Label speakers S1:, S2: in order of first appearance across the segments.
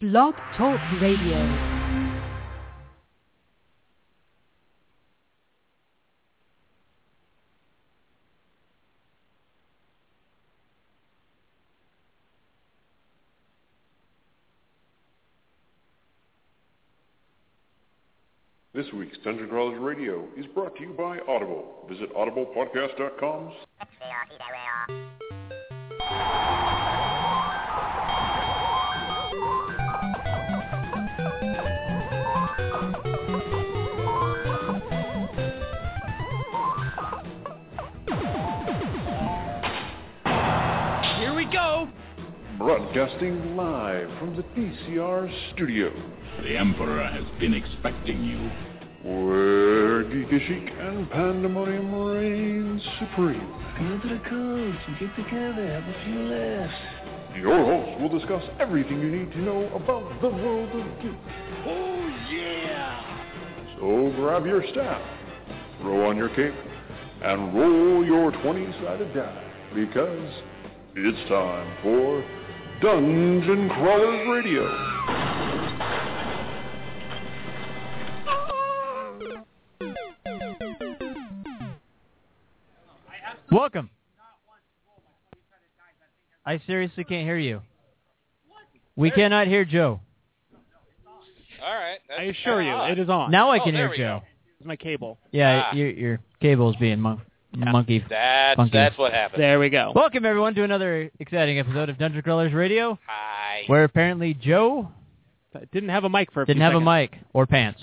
S1: Blog Talk Radio.
S2: This week's Dungeon Crawlers Radio is brought to you by Audible. Visit audiblepodcast.com.
S3: Here we go.
S2: Broadcasting live from the DCR studio.
S4: The Emperor has been expecting you.
S2: Where Geeky Chic and Pandemonium reign supreme.
S5: Come to the coast and get together. Have a few laughs.
S2: Your hosts will discuss everything you need to know about the world of geek.
S3: Oh yeah.
S2: So grab your staff, throw on your cape, and roll your 20-sided die because it's time for Dungeon Crawlers Radio.
S6: Welcome. I seriously can't hear you. We cannot hear Joe.
S7: All right. That's,
S8: I assure you, it is on.
S6: Now I
S7: Oh,
S6: can
S7: there
S6: hear
S7: we
S6: Joe.
S7: go.
S8: It's my cable.
S6: Yeah,
S7: Ah.
S6: your, your cable's being mon- monkey.
S7: That's
S6: Funky.
S7: that's what happened.
S8: There we go.
S6: Welcome everyone to another exciting episode of Dungeon Crawlers Radio,
S7: Hi.
S6: where apparently Joe
S8: Didn't have a mic for a
S6: didn't
S8: few
S6: have a
S8: seconds.
S6: mic or pants.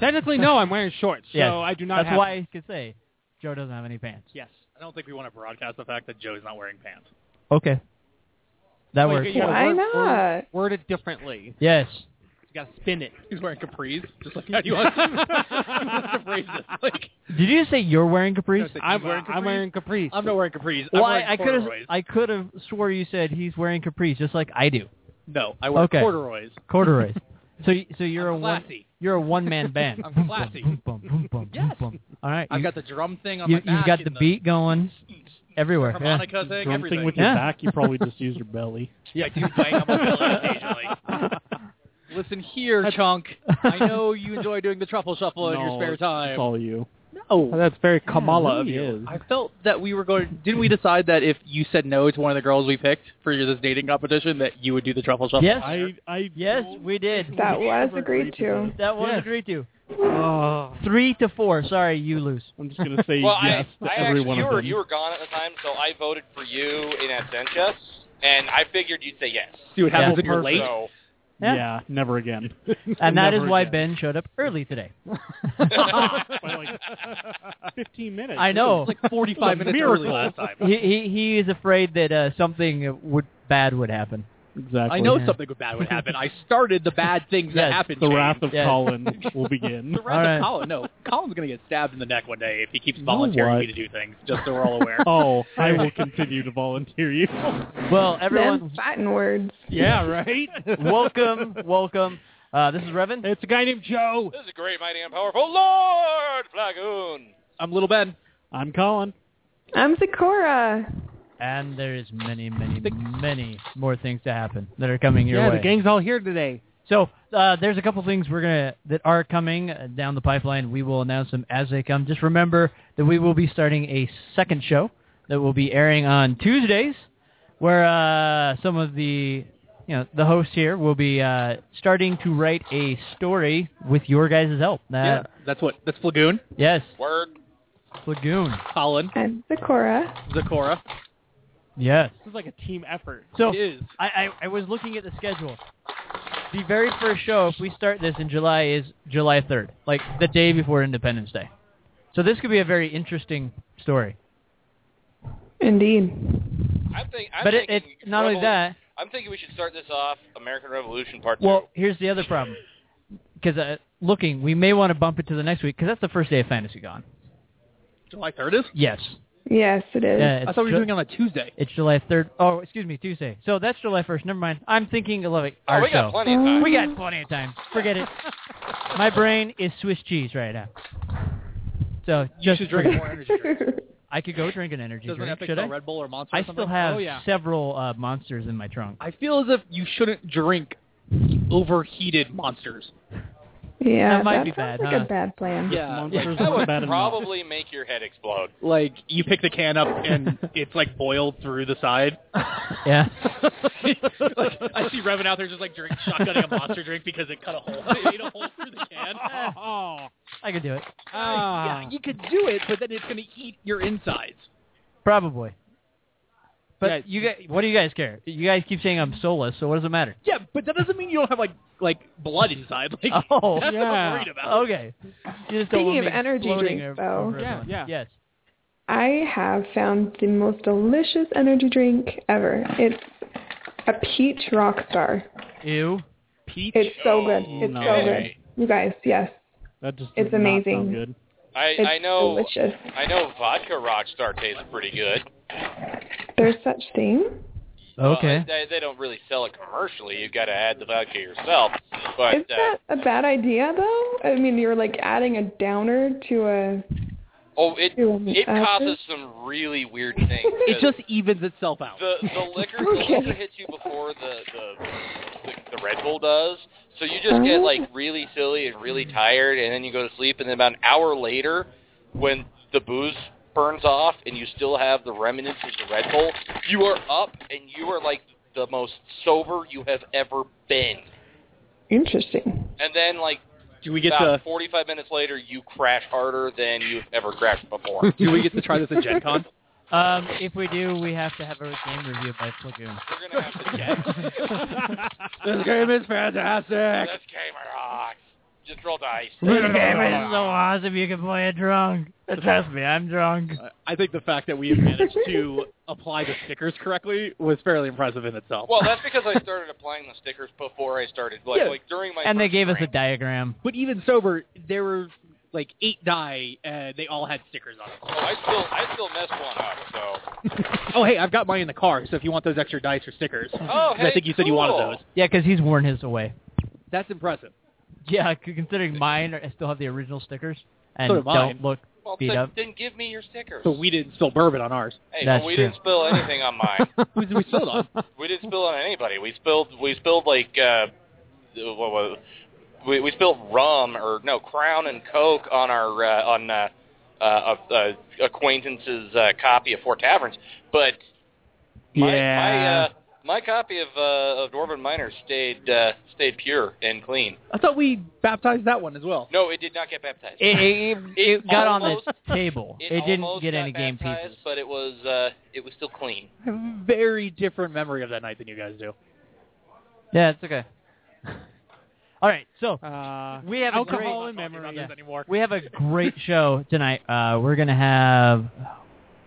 S8: Technically, no, I'm wearing shorts, so
S6: yes,
S8: I do not
S6: That's
S8: have
S6: why I could say Joe doesn't have any pants.
S8: Yes.
S9: I don't think we want to broadcast the fact that Joe's not wearing pants.
S6: Okay, that
S8: Like,
S6: works.
S8: you know,
S10: Why
S8: word- Word,
S10: not?
S8: word it differently.
S6: Yes.
S8: You gotta spin it.
S9: He's wearing capris, just like how you want capris. Like,
S6: Did you say you're wearing capris?
S9: He's
S8: I'm
S9: wearing
S8: I'm
S9: capris?
S8: wearing capris.
S9: I'm not wearing capris.
S6: well,
S9: I'm wearing
S6: I, I could have
S9: corduroys.
S6: I could have swore you said he's wearing capris just like I do.
S9: No, I wear
S6: Okay.
S9: corduroys.
S6: Corduroys. so y- so you're
S9: I'm
S6: a one
S9: classy.
S6: you're a one man band.
S9: I'm
S6: Boom, boom,
S9: classy.
S6: boom, boom, boom, boom,
S9: Yes.
S6: boom. All right.
S9: I've
S6: you,
S9: got the drum thing on
S6: you,
S9: my back.
S6: have got the
S9: and
S6: beat going everywhere. yeah.
S9: harmonica thing,
S8: Drum
S9: everything.
S8: thing with
S6: Yeah.
S8: your back, you probably just use your belly.
S9: yeah, I do bang on my belly occasionally. Listen here, Chunk. I know you enjoy doing the truffle shuffle in
S8: No,
S9: your
S8: it's-
S9: spare
S8: It's
S9: time.
S8: all you.
S9: No,
S8: That's very Kamala of
S9: Really?
S8: you.
S9: I felt that we were going. Didn't we decide that if you said no to one of the girls we picked for your- this dating competition, that you would do the truffle shuffle?
S6: Yes.
S8: I, I,
S6: yes, we did.
S10: That was agreed to.
S6: That was
S8: Yes.
S6: agreed to.
S8: Oh,
S6: Three to four. Sorry, you lose.
S8: I'm just gonna say
S7: well,
S8: yes
S7: I,
S8: to
S7: I
S8: every
S7: actually,
S8: one
S7: you
S8: of
S7: were
S8: them.
S7: you were gone at the time, so I voted for you in absentia, and I figured you'd say yes.
S9: See what happens
S8: Yeah.
S9: when you're late.
S7: So
S6: Yeah.
S8: yeah. never again.
S6: And that is
S8: Never
S6: why
S8: again.
S6: Ben showed up early today.
S8: By like 15 minutes.
S6: I know.
S9: It's like 45 minutes early
S8: Miracle.
S9: last time.
S6: he, he he is afraid that uh, something would bad would happen.
S8: Exactly.
S9: I know
S6: Yeah.
S9: something bad would happen. I started the bad things that
S6: Yes,
S9: happened.
S8: The
S9: James.
S8: wrath of
S6: Yeah.
S8: Colin will begin.
S9: The wrath
S6: All right.
S9: of Colin. No, Colin's going to get stabbed in the neck one day if he keeps
S8: You know
S9: volunteering
S8: what?
S9: me to do things. Just so we're all aware.
S8: Oh, I will continue to volunteer you.
S6: Well,
S10: Then
S6: everyone,
S10: Latin words.
S8: yeah, right?
S6: welcome, welcome. Uh, this is Revan.
S8: It's a guy named Joe.
S7: this is a great, mighty, and powerful Lord Flagoon.
S9: I'm little Ben.
S8: I'm Colin.
S10: I'm Sakura.
S6: And there is many, many, many more things to happen that are coming your
S8: yeah,
S6: way.
S8: the gang's all here today.
S6: So uh, there's a couple things we're gonna that are coming uh, down the pipeline. We will announce them as they come. Just remember that we will be starting a second show that will be airing on Tuesdays, where uh, some of the you know the hosts here will be uh, starting to write a story with your guys' help.
S9: yeah,
S6: Uh,
S9: that's what. That's Flagoon,
S6: Yes,
S7: Word.
S6: Lagoon.
S9: Colin,
S10: I'm Sakura.
S9: Zakora.
S6: Yes.
S8: This is like a team effort.
S6: So
S9: It is.
S6: I, I, I was looking at the schedule. The very first show, if we start this in July, is July 3rd, like the day before Independence Day. So this could be a very interesting story.
S10: Indeed.
S7: I'm, think, I'm
S6: but it,
S7: thinking.
S6: it, not only
S7: Revol-
S6: that,
S7: I'm thinking we should start this off American Revolution Part
S6: well, here's the other problem. Because uh, looking, we may want to bump it to the next week because that's the first day of Fantasy Gone.
S9: July 3rd is.
S6: Yes.
S10: Yes, it is.
S6: Yeah,
S9: I
S6: it's
S9: thought we
S6: Ju-
S9: were doing it on a Tuesday.
S6: It's July 3rd. Oh, excuse me, Tuesday. So that's July 1st. Never mind. I'm thinking of like,
S7: Two. Oh,
S6: our
S7: we
S6: show.
S7: got plenty of time.
S6: we got plenty of time. Forget it. My brain is Swiss cheese right now. So
S9: You
S6: just
S9: should drink
S6: forget-
S9: more energy drinks.
S6: I could go drink an energy
S9: Doesn't
S6: drink.
S9: Epic
S6: Should
S9: sell
S6: I?
S9: Red Bull or Monster? or
S6: I
S9: something?
S6: still have
S9: Oh yeah.
S6: several uh, monsters in my trunk.
S9: I feel as if you shouldn't drink overheated monsters.
S10: Yeah,
S6: That might be
S10: sounds
S6: bad,
S10: like
S6: huh?
S10: a bad plan.
S9: Yeah,
S8: Monsters
S9: like,
S7: That
S8: are
S7: would
S8: bad enough.
S7: probably make your head explode.
S9: like you pick the can up and it's like boiled through the side.
S6: Yeah.
S9: like, I see Revan out there just like drink, shotgunning a monster drink because it cut a hole. It made a hole through the can.
S8: Oh,
S6: I could do it.
S8: Ah.
S9: Yeah, you could do it, but then it's going to eat your insides.
S6: Probably. But
S9: Yeah.
S6: you guys, what do you guys care? You guys keep saying I'm soulless, so what does it matter?
S9: Yeah, but that doesn't mean you don't have like like blood inside. Like
S6: Oh,
S9: that's what
S8: yeah.
S9: I'm worried about.
S6: Okay. You just don't
S10: Speaking
S6: want
S10: of
S6: me
S10: energy
S6: exploding
S10: drinks,
S6: o-
S10: though.
S6: over
S8: Yeah,
S6: everyone.
S8: yeah.
S6: Yes.
S10: I have found the most delicious energy drink ever. It's a peach rock star.
S6: Ew.
S9: Peach.
S10: It's so
S6: Oh,
S10: good. It's so good.
S7: Okay.
S10: You guys, yes.
S8: that just
S10: It's
S8: does not sound
S10: amazing.
S8: good.
S7: I,
S10: It's
S7: I know
S10: delicious.
S7: I know vodka Rockstar tastes pretty good.
S10: There's such thing.
S6: Okay.
S7: Well, they, they don't really sell it commercially. You've got to add the vodka yourself. But
S10: Is
S7: uh,
S10: that a bad idea though? I mean, you're like adding a downer to a
S7: oh, it
S10: to a
S7: it
S10: acid.
S7: causes some really weird things.
S9: It just
S8: e-
S9: evens itself out.
S7: the the liquor
S10: Okay.
S7: the liquor hits you before the the, the the Red Bull does. So you just get like
S10: Oh.
S7: really silly and really tired, and then you go to sleep. And then about an hour later, when the booze burns off and you still have the remnants of the Red Bull, you are up and you are like the most sober you have ever been.
S10: Interesting.
S7: And then like
S9: Do we get
S7: about
S9: to
S7: 45 minutes later, you crash harder than you've ever crashed before.
S9: Do we get to try this at Gen Con?
S6: Um, if we do, we have to have a game review by Flagoon.
S7: We're gonna have to check.
S9: this game is fantastic.
S7: This game rocks. Just roll dice.
S6: This game is so awesome. You can play it drunk. Trust me, I'm drunk.
S9: I think the fact that we have managed to apply the stickers correctly was fairly impressive in itself.
S7: Well, that's because I started applying the stickers before I started. Like,
S9: Yeah.
S7: like during my
S6: And they
S7: first
S6: gave us a
S7: drink.
S6: diagram.
S9: but even sober, there were like eight die, and they all had stickers on them.
S7: Oh, I still I still messed one up. So
S9: Oh, hey, I've got mine in the car, so if you want those extra dice or stickers,
S7: Oh, hey,
S9: I think you said you wanted
S7: cool.
S9: those.
S6: Yeah, because he's worn his away.
S9: That's impressive.
S6: Yeah, c- considering mine, are- I still have the original stickers and
S9: So do mine.
S6: don't look
S7: well,
S6: beat
S7: then,
S6: up.
S7: then give me your stickers.
S9: So we didn't spill bourbon on ours.
S7: hey,
S6: That's
S7: but we
S6: true.
S7: didn't spill anything on mine.
S9: Who did we spill it on?
S7: we didn't spill on anybody. We spilled we spilled like uh, what was we we spilled rum or no Crown and Coke on our uh, on uh, uh, uh, acquaintance's uh, copy of Four Taverns, but my
S9: Yeah.
S7: my, uh, my copy of uh, of Dwarven Miner stayed uh, stayed pure and clean.
S9: I thought we baptized that one as well.
S7: No, it did not get baptized.
S6: It, it, it
S7: It
S6: got
S7: almost-
S6: on the table. It, didn't
S7: almost
S6: get
S7: got
S6: any game
S7: baptized,
S6: pieces.
S7: but it was uh, it was still clean.
S9: I have a very different memory of that night than you guys do.
S6: Yeah, it's okay. All right, so
S8: Uh,
S6: we have a
S8: alcohol
S6: great,
S8: and memory.
S6: Yeah.
S9: anymore.
S6: We have a great show tonight. Uh, we're gonna have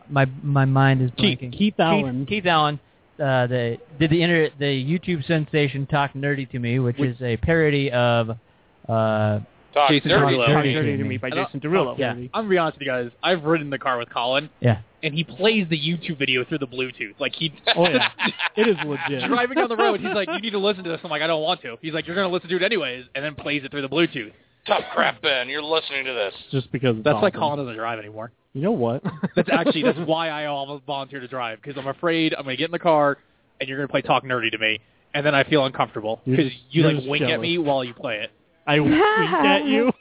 S6: my my mind is
S8: Keith-
S6: blanking.
S8: Keith Allen.
S6: Keith Allen. Uh, the did the inter- the YouTube sensation talk nerdy to me, which
S9: Which-
S6: is a parody of uh,
S7: Talk
S9: Jason
S7: dirty,
S9: Derulo.
S8: Talk
S7: Larry.
S6: Dirty
S8: Dirty to
S6: to Me.
S8: Me by
S9: I don't-
S8: Jason Derulo.
S6: yeah.
S9: I'm gonna be honest with you guys. I've ridden in the car with Colin,
S6: yeah.
S9: and he plays the YouTube video through the Bluetooth. Like he
S8: Oh yeah, it is legit.
S9: driving down the road, he's like, "You need to listen to this." I'm like, "I don't want to." He's like, "You're gonna listen to it anyways," and then plays it through the Bluetooth.
S7: Tough crap, Ben. You're listening to this.
S8: Just because it's
S9: That's why
S8: awesome.
S9: Colin doesn't drive anymore.
S8: You know what?
S9: That's actually that's why I almost volunteered to drive because I'm afraid I'm gonna get in the car and you're gonna play talk nerdy to me, and then I feel uncomfortable
S8: You're
S9: because
S8: just-
S9: you
S8: you're
S9: like
S8: just
S9: wink at
S8: jealous.
S9: me while you play it.
S8: I winked at you.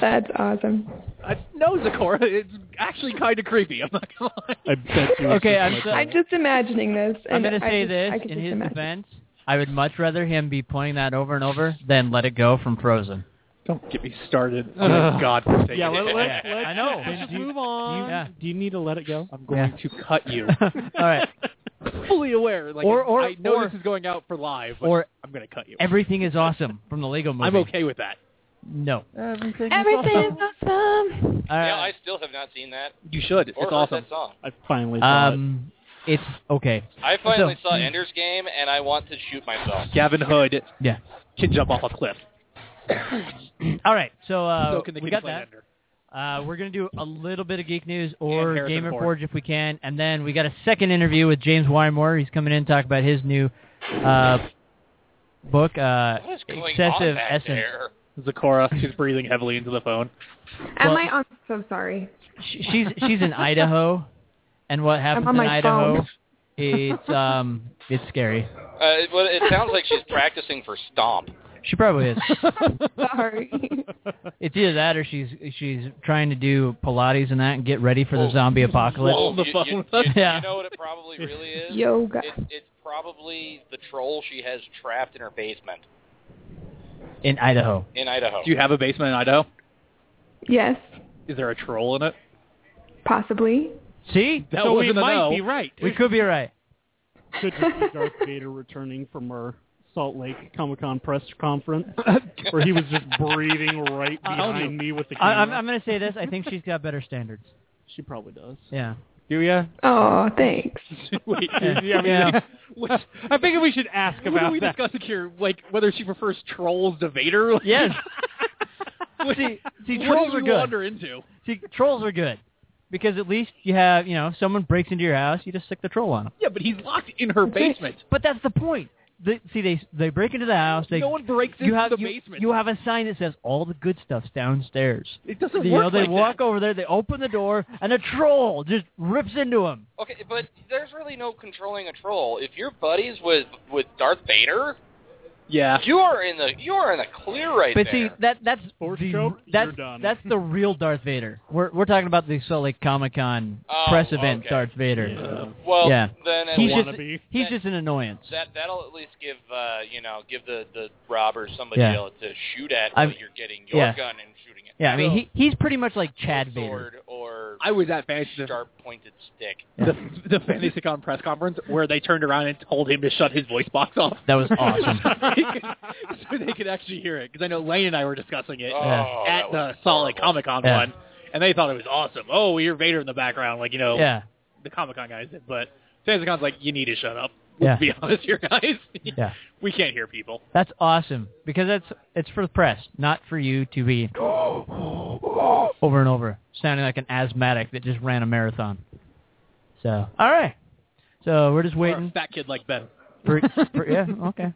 S10: That's awesome.
S9: I, no, Zakora, it's actually kind of creepy. I'm not gonna lie.
S8: I bet you. it's
S6: Okay,
S8: just
S6: I'm
S8: like
S6: so-
S8: that.
S10: I'm just imagining this.
S6: I'm
S10: and
S6: gonna
S10: I
S6: say
S10: just- I
S6: this
S10: could
S6: in
S10: just
S6: his
S10: imagine.
S6: defense. I would much rather him be playing that over and over than let it go from Frozen.
S9: Don't get me started. Oh, my God, for sake
S8: Yeah,
S9: of
S8: let, let,
S9: it.
S8: let,
S6: I know.
S8: Let's just
S6: Do you-
S8: move on.
S6: do you- yeah.
S8: Do you need to let it go?
S9: I'm going to cut you.
S6: All right.
S9: Fully aware, like
S6: Or- or-
S9: I know
S6: or-
S9: this is going out for live, but
S6: or
S9: I'm going to cut you.
S6: Everything is awesome from the Lego movie.
S9: I'm okay with that.
S6: No.
S10: Everything is awesome.
S6: All
S7: Yeah, I
S6: right.
S7: still have not seen that
S9: You should.
S7: or
S9: it's
S7: heard
S9: awesome.
S7: that song.
S8: I finally saw it.
S6: Um, it's okay.
S7: I finally
S6: So-
S7: saw Ender's Game, and I want to shoot myself.
S9: Gavin Hood
S6: Yeah.
S9: can jump off a cliff.
S6: All right. So, uh,
S9: so can the
S6: we got
S9: kid who played
S6: that.
S9: Ender.
S6: Uh, we're gonna do a little bit of geek news or
S9: And Harrison
S6: Gamer
S9: Ford.
S6: Forge if we can, and then we got a second interview with James Wymore. He's coming in to talk about his new uh, book, uh,
S7: What is going on
S6: Excessive
S7: back
S6: Essence.
S7: there?
S9: Zakora, she's breathing heavily into the phone.
S10: Am
S6: Well-
S10: I on? So sorry.
S6: Sh- she's she's in Idaho, and what happens
S10: on
S6: in
S10: my
S6: Idaho
S10: phone.
S6: It's um, it's scary.
S7: Uh, it, well, it sounds like she's practicing for stomp.
S6: She probably is.
S10: Sorry.
S6: It's either that or she's she's trying to do Pilates and that and get ready for the zombie apocalypse.
S9: Hold the
S7: You-
S9: phone
S7: you-
S9: with us.
S7: You,
S6: Yeah.
S7: you know what it probably really is?
S10: Yoga.
S7: It's, it's probably the troll she has trapped in her basement
S6: in Idaho.
S7: in Idaho.
S9: Do you have a basement in Idaho?
S10: Yes,
S9: Is there a troll in it?
S10: possibly.
S6: See,
S9: That
S8: so we
S9: wasn't a
S8: might
S9: no.
S8: be right.
S6: we could be right.
S8: Could just be Darth Vader returning from our Salt Lake Comic Con press conference, where he was just breathing right behind me with the
S6: I,
S8: camera.
S6: I'm I'm gonna say this. I think she's got better standards.
S8: she probably does.
S6: Yeah.
S9: Do you?
S10: Oh, thanks.
S9: Wait,
S6: Yeah.
S9: yeah, I mean,
S6: Yeah.
S9: what-
S8: I figured we should ask
S9: what are
S8: about
S9: we
S8: that.
S9: discussing here? Like whether she prefers trolls to Vader? Like,
S6: Yes. see, see,
S9: what
S6: trolls
S9: did
S6: are
S9: you
S6: good.
S9: wander into?
S6: See, trolls are good because at least you have you know if someone breaks into your house, you just stick the troll on them.
S9: Yeah, but he's locked in her basement.
S6: But that's the point. They, see, they they break into the house. They
S9: no one breaks into
S6: you have
S9: the
S6: you,
S9: basement.
S6: you have a sign that says all the good stuff's downstairs.
S9: it doesn't
S6: you
S9: work
S6: know, they
S9: like
S6: walk
S9: that.
S6: over there, they open the door, and a troll just rips into him.
S7: Okay, but there's really no controlling a troll. If you're buddies with with Darth Vader,
S9: Yeah.
S7: you are in the you are in the clear right
S6: But
S7: there.
S6: see, that that's
S8: Sports
S6: the,
S8: joke,
S6: that's
S8: you're done.
S6: that's the real Darth Vader. We're we're talking about the Salt Lake Comic Con
S7: Oh,
S6: press event
S7: okay.
S6: Darth Vader.
S7: well,
S6: yeah.
S7: then at
S6: He's
S7: least
S6: just
S8: wannabe.
S6: he's just an annoyance.
S7: that that'll at least give uh, you know give the the robber somebody
S6: Yeah.
S7: else to shoot at
S6: I'm-
S7: while you're getting your
S6: yeah.
S7: gun and shooting it.
S6: Yeah, I mean he he's pretty much like
S7: Or
S6: Chad Vader.
S7: sword or
S9: I was at Fantasy
S7: sharp pointed stick.
S6: Yeah.
S9: the, the FantasyCon press conference where they turned around and told him to shut his voice box off.
S6: That was awesome.
S9: so they could actually hear it because I know Lane and I were discussing it
S7: Oh,
S9: at
S7: that
S9: the
S7: was
S9: Salt Lake
S7: horrible.
S9: Comic Con
S6: Yeah.
S9: one, and they thought it was awesome. Oh, we hear Vader in the background, like you know
S6: yeah.
S9: the Comic Con guys did, but FantasyCon's like you need to shut up.
S6: Yeah.
S9: Let's be honest here, guys.
S6: Yeah.
S9: we can't hear people.
S6: That's awesome because that's it's for the press, not for you to be over and over sounding like an asthmatic that just ran a marathon. So, all right. So we're just
S9: Or a
S6: waiting
S9: fat kid like Ben.
S6: for, for yeah, okay.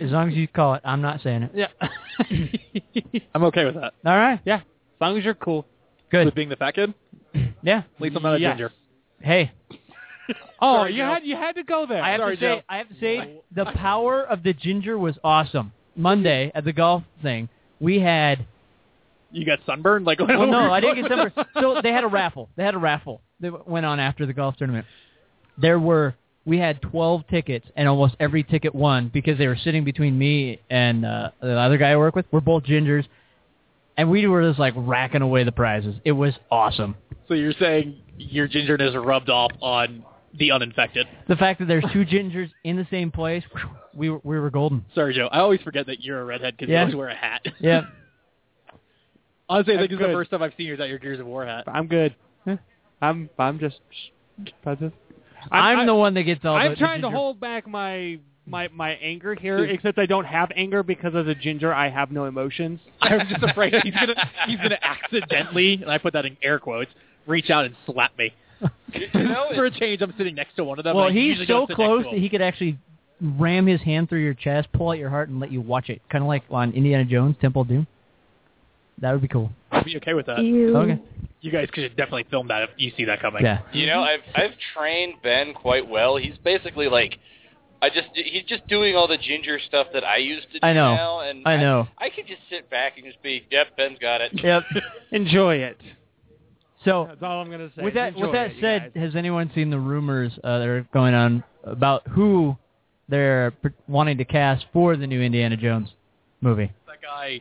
S6: As long as you call it, I'm not saying it.
S9: Yeah, I'm okay with that.
S6: All right,
S9: Yeah, as long as you're cool with
S6: good.
S9: being the fat kid.
S6: Yeah.
S9: At least I'm not a
S8: Yes.
S9: ginger.
S6: Hey,
S8: Oh,
S9: Sorry,
S8: you
S9: Joe.
S8: had you had to go there.
S6: I have
S9: Sorry,
S6: to say,
S9: Joe.
S6: I have to say, the power of the ginger was awesome. Monday at the golf thing, we had
S9: You got sunburned? Like,
S6: Well, no, I didn't get summer. So they had a raffle. They had a raffle that went on after the golf tournament. There were we had twelve tickets, and almost every ticket won because they were sitting between me and uh, the other guy I work with. We're both gingers, and we were just like racking away the prizes. It was awesome.
S9: So you're saying your gingerness rubbed off on the uninfected?
S6: The fact that there's two gingers in the same place, we were, we were golden.
S9: Sorry, Joe. I always forget that you're a redhead because
S6: Yeah.
S9: you always wear a hat.
S6: Yeah,
S9: Honestly, I
S8: That's
S9: think it's the
S8: good.
S9: first time I've seen you without your Gears of War hat.
S8: I'm good. I'm I'm just. I'm,
S6: I'm,
S8: I-
S6: the one that gets all.
S8: I'm
S6: the,
S8: trying
S6: the
S8: to
S6: ginger-
S8: hold back my my my anger here, except I don't have anger because as a ginger I have no emotions.
S9: I'm just afraid that he's gonna he's gonna accidentally, and I put that in air quotes, reach out and slap me.
S7: You, you know,
S9: For a
S7: it's,
S9: change, I'm sitting next to one of them.
S6: Well,
S9: and I
S6: he's
S9: usually
S6: so
S9: don't sit next
S6: close
S9: to
S6: that
S9: him.
S6: he could actually ram his hand through your chest, pull out your heart, and let you watch it, kind of like on Indiana Jones Temple of Doom. That would be cool.
S9: I'd be okay with that.
S10: You.
S6: Okay.
S9: You guys could definitely film that if you see that coming.
S6: Yeah.
S7: you know, I've I've trained Ben quite well. He's basically like. I just he's just doing all the ginger stuff that I used to do
S6: I know.
S7: now, and
S6: I know.
S7: I, could just sit back and just be, yep, Ben's got it.
S6: Yep.
S8: Enjoy it.
S6: So
S8: That's all I'm gonna say.
S6: with that
S8: Enjoy
S6: with that
S8: it, you
S6: said,
S8: guys.
S6: has anyone seen the rumors uh, that are going on about who they're pr- wanting to cast for the new Indiana Jones movie?
S9: That guy.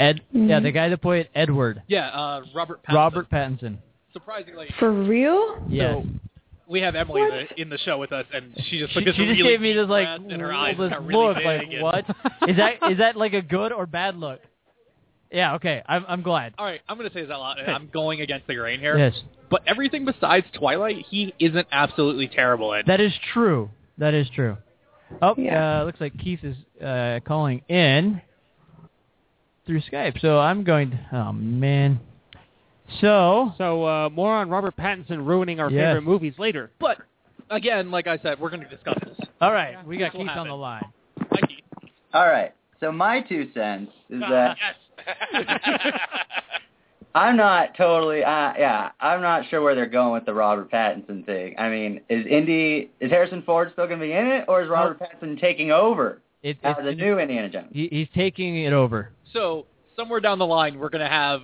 S6: Ed, yeah, the guy that played Edward,
S9: Yeah, uh, Robert. Pattinson.
S6: Robert Pattinson.
S9: Surprisingly,
S10: For real?
S6: Yes.
S9: So we have Emily in
S10: What?
S9: the, in the show with us, and she just
S6: she,
S9: took this
S6: she just
S9: really
S6: gave me
S9: deep
S6: this like
S9: breath, and her eyes
S6: this
S9: got really
S6: look,
S9: big
S6: like
S9: and-
S6: what is that? Is that like a good or bad look? Yeah. Okay. I'm I'm glad.
S9: All right, I'm going to say this out loud. and I'm going against the grain here.
S6: Yes,
S9: But everything besides Twilight, he isn't absolutely terrible in.
S6: that is true. That is true. Oh,
S10: Yeah.
S6: uh, looks like Keith is uh, calling in through Skype. So I'm going. To, oh man. So
S8: so uh, more on Robert Pattinson ruining our
S6: Yes.
S8: favorite movies later.
S9: but again, like I said, we're going to discuss this.
S6: all right, we got
S9: This will
S6: Keith on
S9: happen.
S6: the line.
S9: Mikey.
S11: All right. So my two cents is
S9: Ah,
S11: that
S9: yes. I'm not totally. Uh, yeah, I'm not sure where they're going with the Robert Pattinson thing. I mean, is Indy is Harrison Ford still going to be in it, or is Robert Pattinson taking over
S6: It-
S9: as
S6: it's-
S9: uh, the new Indiana Jones?
S6: He, he's taking it over.
S1: So somewhere down the line, we're gonna have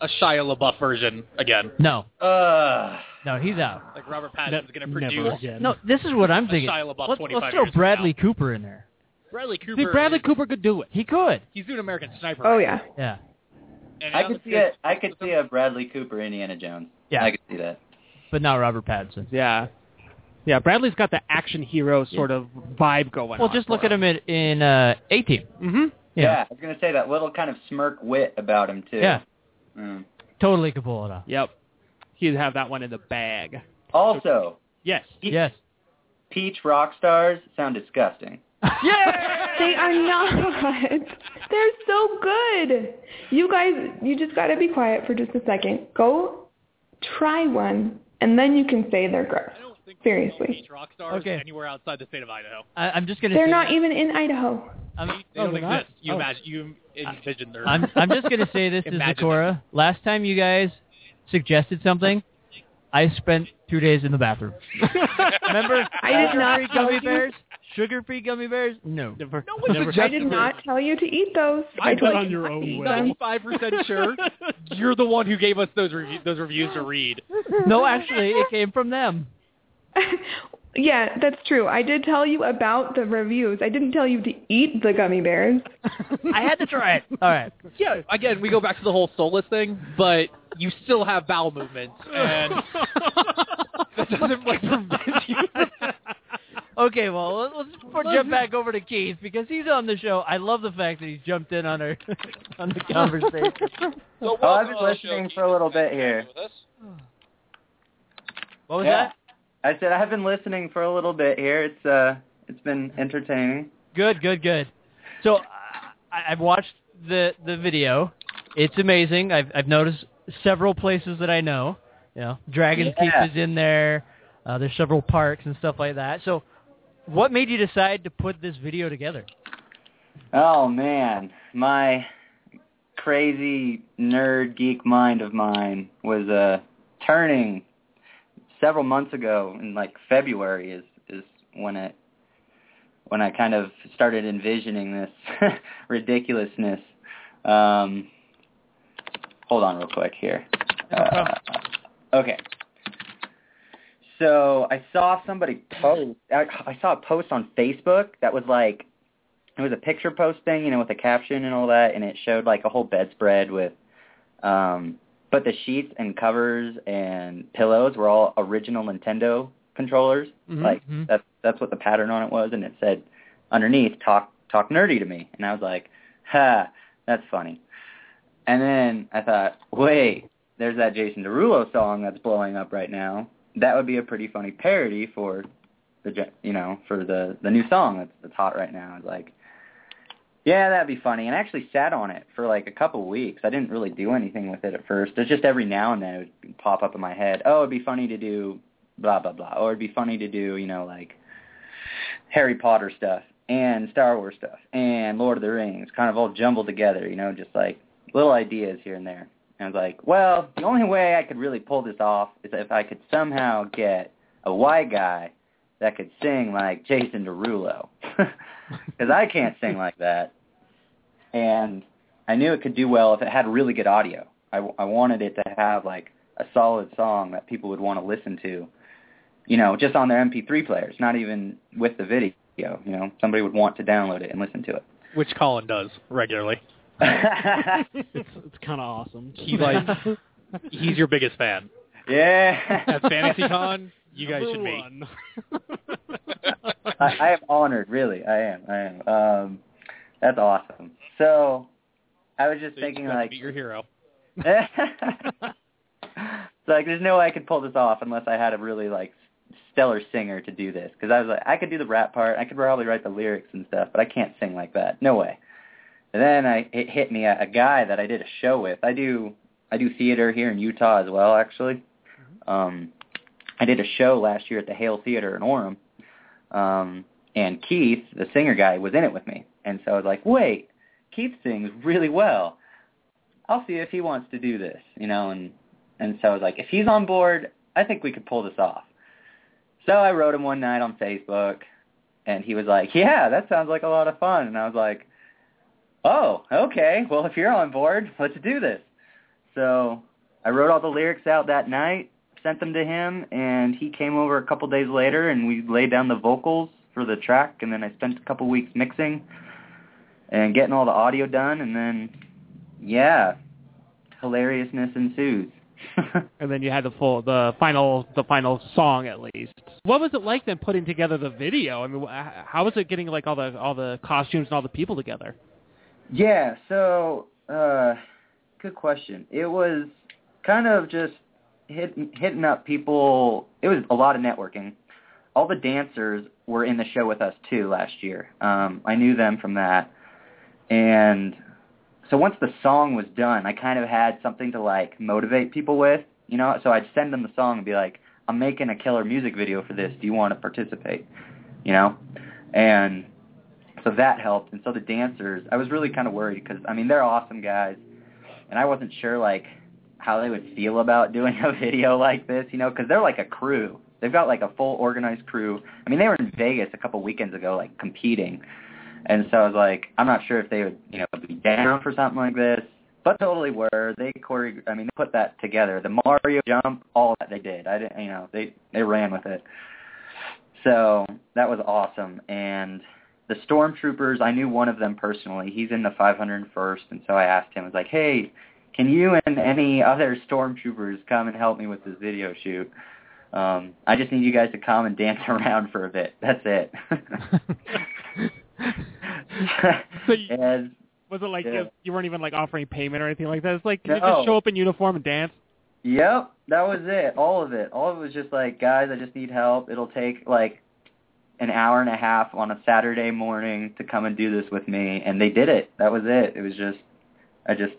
S1: a Shia LaBeouf version again.
S6: No.
S9: Uh,
S6: no, he's out.
S1: Like Robert Pattinson's gonna
S6: never
S1: produce.
S6: again. No, this is what I'm
S1: a
S6: thinking.
S1: Shia LaBeoff
S6: Let's,
S1: 25
S6: let's throw
S1: years from
S6: Bradley Cooper in there.
S1: now. Bradley Cooper.
S6: See, Bradley
S1: is-
S6: Cooper could do it. He could.
S1: He's doing American Sniper.
S9: Oh,
S1: right
S9: yeah.
S1: now.
S6: Yeah.
S1: And
S9: I
S1: now
S9: could
S1: it's
S9: see
S1: just-
S9: it. I could see a Bradley Cooper Indiana Jones.
S6: Yeah.
S9: I could see that.
S6: But not Robert Pattinson.
S12: Yeah. Yeah, Bradley's got the action hero sort of vibe going
S6: Well,
S12: on.
S6: just look at him in, in uh, A Team.
S12: Mm-hmm.
S6: Yeah.
S9: I was gonna say that little kind of smirk wit about him too.
S6: Yeah.
S9: Mm.
S6: Totally could pull it off.
S12: Yep. He'd have that one in the bag.
S9: Also,
S12: Yes.
S6: Yes.
S9: Peach rock stars sound disgusting.
S11: They are not. They're so good. You guys, you just got to be quiet for just a second. Go try one, and then you can say they're gross. Seriously.
S1: Beach rock stars
S6: Okay.
S1: anywhere outside the state of Idaho.
S6: I, I'm just gonna.
S11: They're
S6: say-
S11: not even in Idaho.
S6: I'm,
S1: They
S6: Oh,
S1: don't
S6: they're not?
S1: exist. You
S6: Oh.
S1: imagine you envision their
S6: I'm, I'm just gonna say this is
S1: Imagine
S6: Zakora. Last time you guys suggested something, I spent two days in the bathroom. Remember?
S11: I did not
S6: Sugar-free
S11: tell
S6: gummy
S11: you-
S6: bears. Sugar-free gummy bears. No.
S12: Never.
S6: No one
S11: I did not tell you to eat those. I told you not to eat them.
S1: Ninety-five percent sure you're the one who gave us those review- those reviews to read.
S6: No, actually, it came from them.
S11: Yeah, that's true. I did tell you about the reviews. I didn't tell you to eat the gummy bears.
S6: I had to try it. All right.
S1: Yeah, again, we go back to the whole soulless thing, but you still have bowel movements, and that doesn't like prevent you.
S6: Okay, well, let- let's just
S1: Let's
S6: jump
S1: just-
S6: back over to Keith because he's on the show. I love the fact that he's jumped in on our on the conversation.
S7: So
S9: Oh,
S7: welcome
S9: I've been
S7: to the show,
S9: listening
S7: Keith.
S9: for a little bit here.
S7: With us.
S6: What was
S9: Yeah.
S6: that?
S9: I said I've been listening for a little bit here. It's uh, it's been entertaining.
S6: Good, good, good. So uh, I, I've watched the the video. It's amazing. I've I've noticed several places that I know. You know, Dragon's
S9: Yeah.
S6: Keep is in there. Uh, there's several parks and stuff like that. So, what made you decide to put this video together?
S9: Oh man, my crazy nerd geek mind of mine was uh turning several months ago in like February is is when it when I kind of started envisioning this ridiculousness. Um hold on real quick here. Uh, okay. So I saw somebody post Oh, I, I saw a post on Facebook that was like it was a picture post thing, you know, with a caption and all that, and it showed like a whole bedspread with, um, but the sheets and covers and pillows were all original Nintendo controllers. Like
S6: Mhm.
S9: that's that's what the pattern on it was, and it said underneath "talk talk nerdy to me," and I was like, "Ha, that's funny." And then I thought, wait, there's that Jason Derulo song that's blowing up right now. That would be a pretty funny parody for the gen- you know for the the new song that's that's hot right now. I was like, yeah, that'd be funny. And I actually sat on it for like a couple weeks. I didn't really do anything with it at first. It's just every now and then it would pop up in my head. Oh, it'd be funny to do blah blah blah, or it'd be funny to do you know like Harry Potter stuff and Star Wars stuff and Lord of the Rings, kind of all jumbled together. You know, just like little ideas here and there. And I was like, well, the only way I could really pull this off is if I could somehow get a white guy that could sing like Jason Derulo, because I can't sing like that. And I knew it could do well if it had really good audio. I, w- I wanted it to have like a solid song that people would want to listen to, you know, just on their MP3 players, not even with the video. You know, somebody would want to download it and listen to
S1: Which Colin does regularly.
S9: it.
S13: It's it's kind of awesome.
S1: He's like, he's your biggest fan.
S9: yeah.
S1: At FantasyCon, you guys should meet.
S9: I, I am honored, really. I am. I am. Um, that's awesome. So I was just
S1: So you
S9: thinking,
S1: just have to
S9: like,
S1: meet your hero.
S9: it's like there's no way I could pull this off unless I had a really like stellar singer to do this. Because I was like, I could do the rap part, I could probably write the lyrics and stuff, but I can't sing like that. No way. And then I it hit me a, a guy that I did a show with. I do I do theater here in Utah as well, actually.
S1: Mm-hmm.
S9: Um, I did a show last year at the Hale Theater in Orem, um, and Keith, the singer guy, was in it with me. And so I was like, wait, Keith sings really well
S11: I'll see if he wants to do this, you know, and and so I was like, if he's on board, I think we could pull this off. So I wrote him one night on Facebook, and he was like, yeah, that sounds like a lot of fun, and I was like, oh, okay, well if you're on board, let's do this. So I wrote all the lyrics out that night, sent them to him, and he came over a couple days later, and we laid down the vocals for the track, and then I spent a couple weeks mixing and getting all the audio done, and then yeah, hilariousness ensues.
S12: and then you had the full, the final, the final song at least. What was it like then putting together the video? I mean, wh- how was it getting like all the all the costumes and all the people together?
S11: Yeah, so uh good question. It was kind of just hit, hitting up people. It was a lot of networking. All the dancers were in the show with us too last year. Um I knew them from that. And so once the song was done, I kind of had something to like motivate people with, you know, so I'd send them the song and be like, "I'm making a killer music video for this. Do you want to participate?" You know? And so that helped. And so the dancers, I was really kind of worried because I mean they're awesome guys, and I wasn't sure like how they would feel about doing a video like this, you know, because they're like a crew. They've got like a full organized crew. I mean they were in Vegas a couple weekends ago, like competing, and so I was like, I'm not sure if they would, you know, be down for something like this. But totally were. They choreo- I mean, they put that together. The Mario jump, all that they did. I didn't, you know, they they ran with it. So that was awesome. And the stormtroopers, I knew one of them personally. He's in the 501st, and so I asked him. I was like, "Hey, can you and any other stormtroopers come and help me with this video shoot? Um, I just need you guys to come and dance around for a bit. That's it."
S12: So you,
S11: and
S12: was it like
S11: yeah.
S12: if you weren't even like offering payment or anything like that? It's like can you
S11: No.
S12: just show up in uniform and dance.
S11: Yep, that was it. All of it. All of it was just like, guys, I just need help. It'll take like an hour and a half on a Saturday morning to come and do this with me, and they did it. That was it. It was just, I just,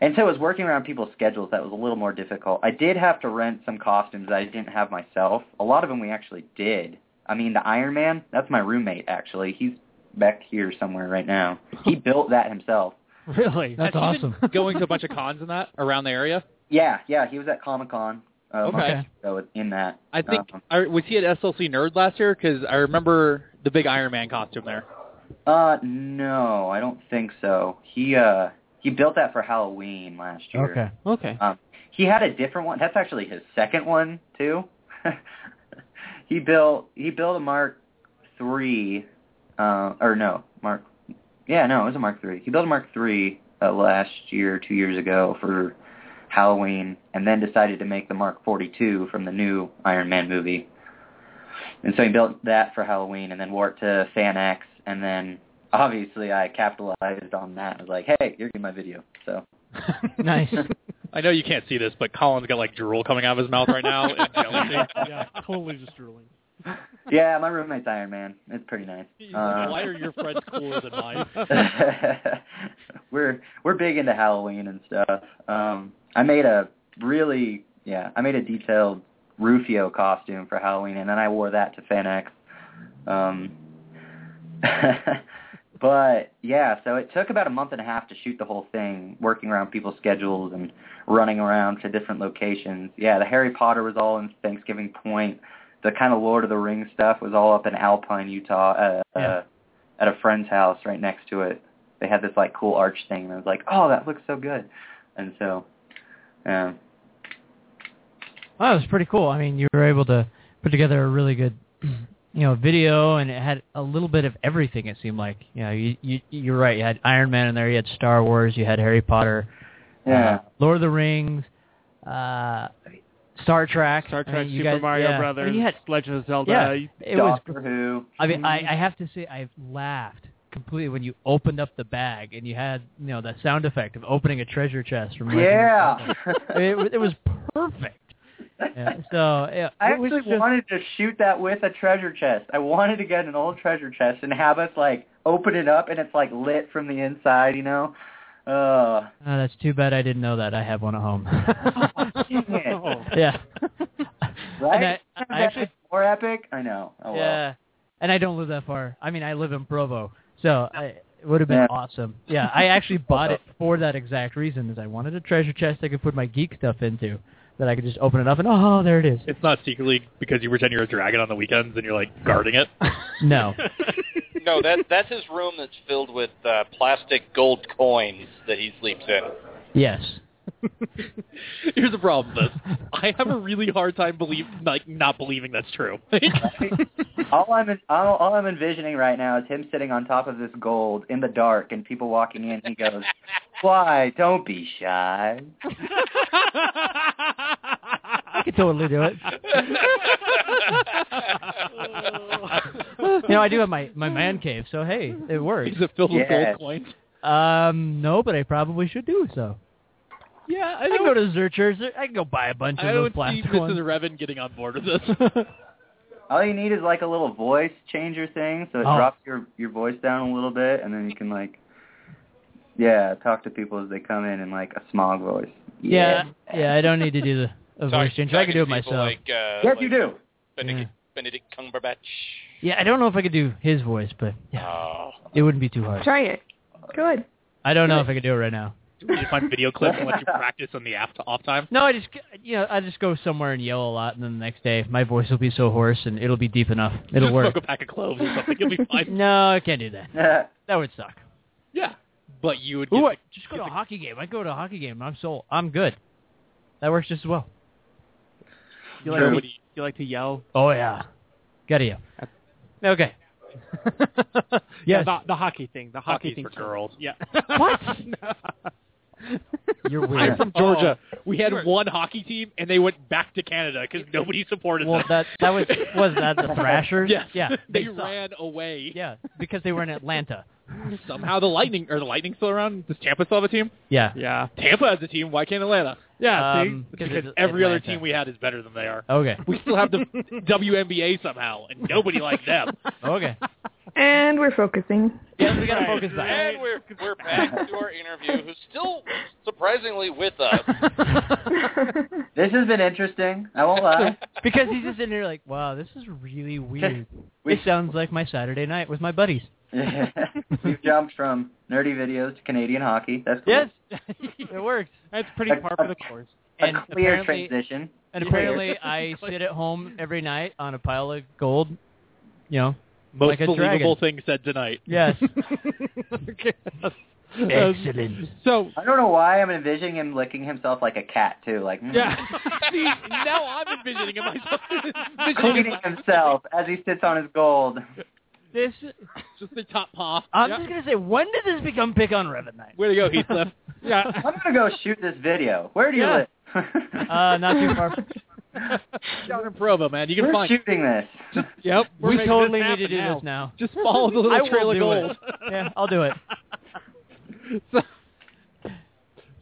S11: and so it was working around people's schedules that was a little more difficult. I did have to rent some costumes that I didn't have myself. A lot of them we actually did. I mean, the Iron Man. That's my roommate actually. He's back here somewhere right now. He built that himself.
S12: Really?
S6: That's
S9: Has he
S6: awesome.
S9: been going to a bunch of cons and that around the area.
S11: Yeah, yeah. He was at Comic Con. Uh, a month
S9: Okay.
S11: ago in that.
S9: I think
S11: Um,
S9: I, was he at SLC Nerd last year? Because I remember the big Iron Man costume there.
S11: Uh, no, I don't think so. He uh he built that for Halloween last year.
S6: Okay.
S12: Okay.
S11: Um, he had a different one. That's actually his second one too. he built he built a Mark three, uh, or no Mark, yeah no it was a Mark three. He built a Mark three uh, last year, two years ago for Halloween, and then decided to make the Mark forty two from the new Iron Man movie. And so he built that for Halloween, and then wore it to Fan X, and then obviously I capitalized on that. I was like, hey, you're getting my video, so.
S6: Nice.
S9: I know you can't see this, but Colin's got like drool coming out of his mouth right now. in jealousy.
S8: yeah, totally just drooling.
S11: Yeah, my roommate's Iron Man. It's pretty nice. Uh,
S9: Why are your friends cooler than mine?
S11: we're we're big into Halloween and stuff. Um, I made a really yeah, I made a detailed Rufio costume for Halloween, and then I wore that to FanX. Um, but yeah, so it took about a month and a half to shoot the whole thing, working around people's schedules and running around to different locations. Yeah, the Harry Potter was all in Thanksgiving Point. The kind of Lord of the Rings stuff was all up in Alpine, Utah, uh,
S6: Yeah.
S11: uh, at a friend's house right next to it. They had this like cool arch thing, and I was like, "Oh, that looks so good," and so, yeah.
S6: Wow, that was pretty cool. I mean, you were able to put together a really good, you know, video, and it had a little bit of everything. It seemed like, you know, you, you you're right. You had Iron Man in there, you had Star Wars, you had Harry Potter,
S11: Yeah.
S6: uh, Lord of the Rings, uh, Star Trek,
S12: Star
S6: I
S12: Trek,
S6: mean, you
S12: Super
S6: guys-
S12: Mario
S6: yeah. I mean,
S12: Brothers,
S6: you had,
S12: Legend of Zelda.
S6: yeah,
S12: you-
S6: it was.
S11: Doctor Who.
S6: I mean, I, I have to say, I laughed completely when you opened up the bag and you had, you know, that sound effect of opening a treasure chest from. Legend of
S11: Yeah.
S6: Zelda. it, was- it was perfect. Yeah, so yeah,
S11: I
S6: it was
S11: actually
S6: just-
S11: wanted to shoot that with a treasure chest. I wanted to get an old treasure chest and have us like open it up and it's like lit from the inside, you know. Uh,
S6: Oh, that's too bad I didn't know that. I have one at home.
S11: dang it.
S12: Oh.
S6: yeah. And I,
S11: right?
S6: I
S11: Isn't that
S6: actually,
S11: more epic. I know. Oh well.
S6: yeah. And I don't live that far. I mean, I live in Provo. So I, It would have been
S11: Yeah.
S6: awesome. Yeah, I actually bought it for that exact reason. Is I wanted a treasure chest I could put my geek stuff into, that I could just open it up and oh, there it is.
S9: It's not secretly because you pretend you're a dragon on the weekends and you're like guarding it.
S6: No,
S7: no, that that's his room that's filled with uh, plastic gold coins that he sleeps in.
S6: yes.
S9: Here's the problem with this. I have a really hard time believe like not believing that's true.
S11: all I'm all, all I'm envisioning right now is him sitting on top of this gold in the dark and people walking in. He goes, "Why? Don't be shy."
S6: I could totally do it. you know, I do have my my man cave, so hey, it works.
S9: Is it filled with
S6: Yeah.
S9: gold coins?
S6: Um, no, but I probably should do so.
S9: Yeah, I,
S6: I can go to Zurcher's. I can go buy a bunch
S9: I
S6: of those
S9: don't see
S6: plastic
S9: Mrs.
S6: ones.
S9: Revan getting on board with this.
S11: All you need is like a little voice changer thing, so it
S6: Oh.
S11: drops your your voice down a little bit, and then you can like, yeah, talk to people as they come in in like a smog voice.
S6: Yeah, yeah, I don't need to do the a voice change. I
S7: talking
S6: can do it
S7: to people
S6: myself.
S7: Like, uh,
S11: Yes,
S7: like
S11: you do.
S7: Benedict, Benedict Cumberbatch.
S6: Yeah, I don't know if I could do his voice, but yeah,
S7: Oh.
S6: it wouldn't be too hard.
S10: Try it. Good.
S6: I don't know if I could do it right now.
S9: Do we need to find video clips and let you practice on the aft off time?
S6: No, I just you know I just go somewhere and yell a lot, and then the next day my voice will be so hoarse and it'll be deep enough. It'll
S9: Just
S6: work.
S9: smoke a pack of cloves or something. You'll be fine.
S6: No, I can't do that.
S11: that
S6: would suck.
S9: Yeah, but you would.
S6: Ooh,
S9: get
S6: I-
S9: the-
S6: just go to a hockey game. I go to a hockey game. I'm so I'm good. That works just as well.
S12: You
S9: True.
S12: like, to, you like to yell?
S6: Oh yeah, gotta yell. Okay.
S12: Yeah,
S6: yes.
S12: the, the hockey thing. The hockey
S9: Hockey's
S12: thing
S9: for girls.
S12: Yeah.
S6: What? You're
S9: I'm
S6: weird.
S9: from
S12: Oh.
S9: Georgia. We had one hockey team, and they went back to Canada because nobody supported
S6: Well,
S9: them.
S6: that that was was that the Thrashers?
S9: Yes.
S6: Yeah.
S9: They,
S6: suck.
S9: ran away.
S6: Yeah, because they were in Atlanta.
S9: Somehow the Lightning are the Lightning still around? Does Tampa still have a team?
S6: Yeah.
S12: Yeah.
S9: Tampa has a team. Why can't Atlanta?
S12: Yeah.
S6: Um,
S12: see?
S9: Because,
S6: it's
S9: every other
S6: Atlanta.
S9: team we had is better than they are.
S6: Okay.
S9: We still have the WNBA somehow, and nobody likes them.
S6: Okay.
S10: And we're focusing.
S6: Yes, we gotta focus back.
S7: And we're we're back to our interview, who's still surprisingly with us.
S11: This has been interesting. I won't lie.
S6: because he's just in here like, wow, this is really weird.
S11: We-
S6: This sounds like my Saturday night with my buddies.
S11: We've jumped from nerdy videos to Canadian hockey. That's cool.
S6: Yes, it works.
S12: That's pretty par for the course.
S11: a
S6: And
S11: clear
S6: apparently-
S11: transition.
S6: And
S11: Yeah.
S6: apparently, I sit at home every night on a pile of gold. You know.
S9: Most
S6: Like a
S9: believable thing said tonight.
S6: Yes.
S12: okay.
S6: Excellent.
S12: So
S11: I don't know why I'm envisioning him licking himself like a cat too, like mm,
S12: yeah.
S9: See, now I'm envisioning it myself. envisioning
S11: cleaning himself as he sits on his gold.
S6: This.
S9: just the top paw.
S6: I'm
S9: Yeah.
S6: just gonna say, when did this become pick on Revan night?
S9: Way to go, Heathcliff.
S12: Yeah.
S11: I'm gonna go shoot this video. Where do you
S6: Yeah.
S11: live?
S6: Uh, not too far. from-
S9: Down in Provo, man. You can
S11: We're
S9: find.
S11: shooting this.
S12: Yep. we're
S6: we
S12: making
S6: totally
S12: this
S6: need
S12: happen
S6: to do
S12: now.
S6: this now.
S9: Just follow the
S6: I
S9: little
S6: will
S9: trail of
S6: do
S9: gold.
S6: it. Yeah, I'll do it.
S12: so,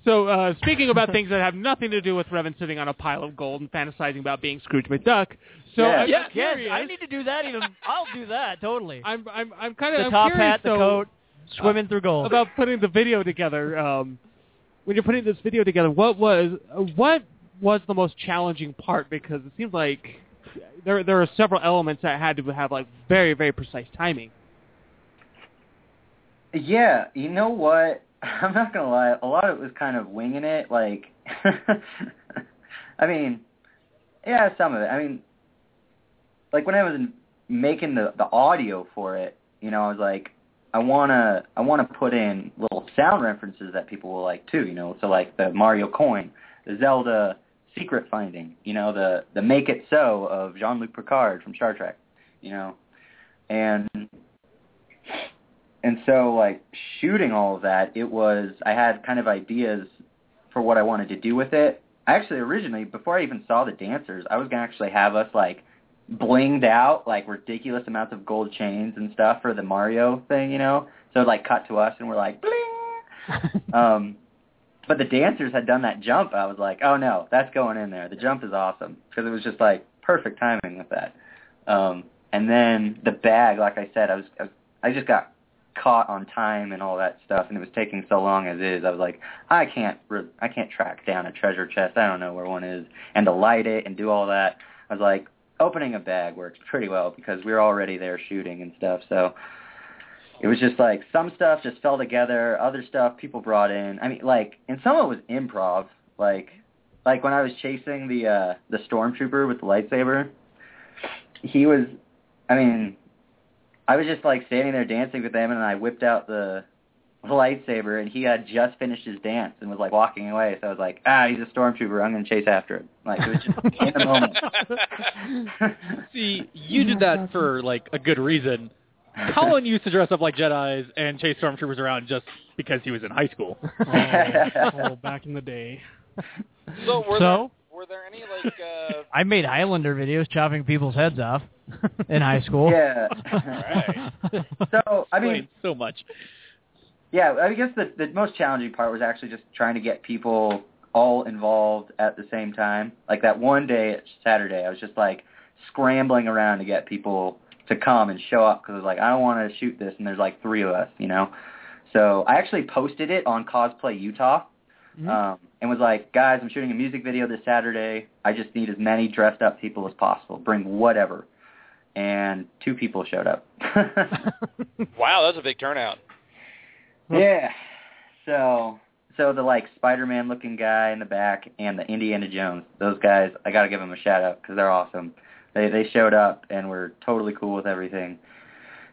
S12: so uh, speaking about things that have nothing to do with Revan sitting on a pile of gold and fantasizing about being Scrooge McDuck. So
S11: Yeah.
S12: I'm
S6: Yes, yes,
S12: curious.
S6: I need to do that. Even I'll do that totally.
S12: I'm I'm I'm kind of
S6: the top
S12: curious,
S6: hat, the
S12: though,
S6: coat, swimming through gold.
S12: about putting the video together. Um, when you're putting this video together, what was what was the most challenging part? Because it seems like there there are several elements that had to have like very very precise timing.
S11: Yeah, you know what? I'm not gonna lie. A lot of it was kind of winging it. Like, I mean, yeah, some of it. I mean, like when I was in- making the the audio for it, you know, I was like, I wanna I wanna put in little sound references that people will like too. You know, so like the Mario coin, the Zelda secret finding, you know, the the Make It So of Jean Luc Picard from Star Trek, you know, and and so like shooting all of that it was i had kind of ideas for what i wanted to do with it I actually originally before i even saw the dancers i was going to actually have us like blinged out like ridiculous amounts of gold chains and stuff for the mario thing you know so it like cut to us and we're like bling um but the dancers had done that jump i was like oh no that's going in there the jump is awesome because it was just like perfect timing with that um and then the bag like i said i was i, was, I just got caught on time and all that stuff and it was taking so long as is i was like i can't re- i can't track down a treasure chest i don't know where one is and to light it and do all that i was like opening a bag works pretty well because we were already there shooting and stuff so it was just like some stuff just fell together, other stuff people brought in. I mean, like, and some of it was improv. Like, like when I was chasing the uh the stormtrooper with the lightsaber, he was, I mean, I was just like standing there dancing with him, and I whipped out the lightsaber, and he had just finished his dance and was like walking away. So I was like, ah, he's a stormtrooper. I'm gonna chase after him. Like it was just in a moment.
S9: See, you did that for like a good reason. Colin used to dress up like Jedi's and chase stormtroopers around just because he was in high school.
S8: oh, back in the day.
S7: So were
S6: So?
S7: there were there any like uh
S6: I made Highlander videos chopping people's heads off in high school.
S11: Yeah. So I mean,
S9: Explains so much.
S11: Yeah, I guess the the most challenging part was actually just trying to get people all involved at the same time. Like that one day, Saturday, I was just like scrambling around to get people to come and show up because I was like, I don't want to shoot this, and there's like three of us, you know. So I actually posted it on Cosplay Utah um, and was like, guys, I'm shooting a music video this Saturday. I just need as many dressed up people as possible. Bring whatever. And two people showed up.
S7: wow, that was a big turnout.
S11: Yeah. So so the like Spider-Man looking guy in the back and the Indiana Jones, those guys, I gotta give them a shout out because they're awesome. They they showed up and were totally cool with everything.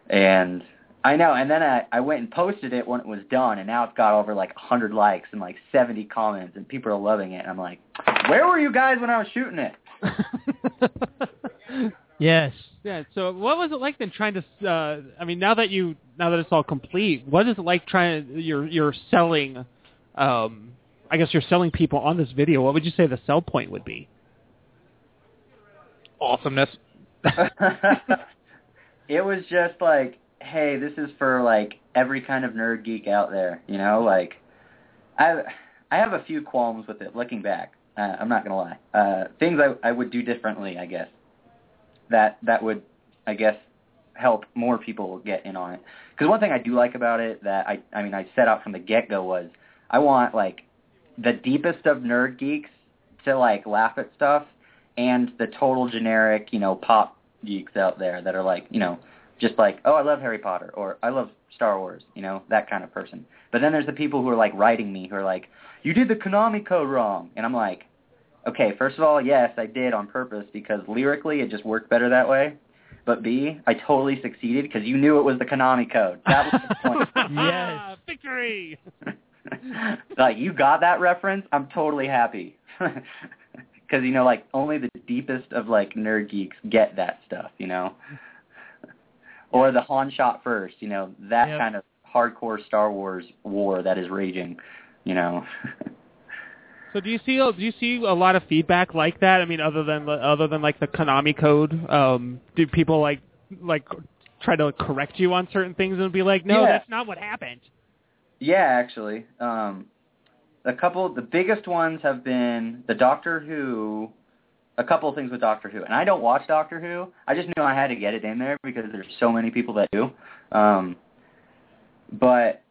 S11: And I know. And then I I went and posted it when it was done, and now it's got over like 100 likes and like 70 comments, and people are loving it. And I'm like, where were you guys when I was shooting it?
S6: Yes.
S12: Yeah. So, what was it like then trying to? Uh, I mean, now that you now that it's all complete, what is it like trying? You're you're selling. Um, I guess you're selling people on this video. What would you say the sell point would be?
S9: Awesomeness.
S11: it was just like, hey, this is for like every kind of nerd geek out there, you know? Like, I I have a few qualms with it looking back. Uh, I'm not gonna lie. Uh, things I I would do differently, I guess. That that would, I guess, help more people get in on it. Because one thing I do like about it that I I mean I set out from the get go was I want like the deepest of nerd geeks to like laugh at stuff and the total generic, you know, pop geeks out there that are like, you know, just like, oh, I love Harry Potter or I love Star Wars, you know, that kind of person. But then there's the people who are like writing me who are like, you did the Konami code wrong. And I'm like, okay, first of all, yes, I did on purpose because lyrically it just worked better that way. But B, I totally succeeded because you knew it was the Konami code. That was the point.
S6: Yes.
S12: Victory.
S11: like you got that reference i'm totally happy because you know like only the deepest of like nerd geeks get that stuff you know or the han shot first you know that
S6: Yep.
S11: kind of hardcore star wars war that is raging you know
S12: So, do you see do you see a lot of feedback like that? I mean, other than other than like the Konami code, um, do people like like try to correct you on certain things and be like, no,
S11: Yeah.
S12: that's not what happened.
S11: Yeah, actually, um, a couple. The biggest ones have been the Doctor Who. A couple of things with Doctor Who, and I don't watch Doctor Who. I just knew I had to get it in there because there's so many people that do. Um, but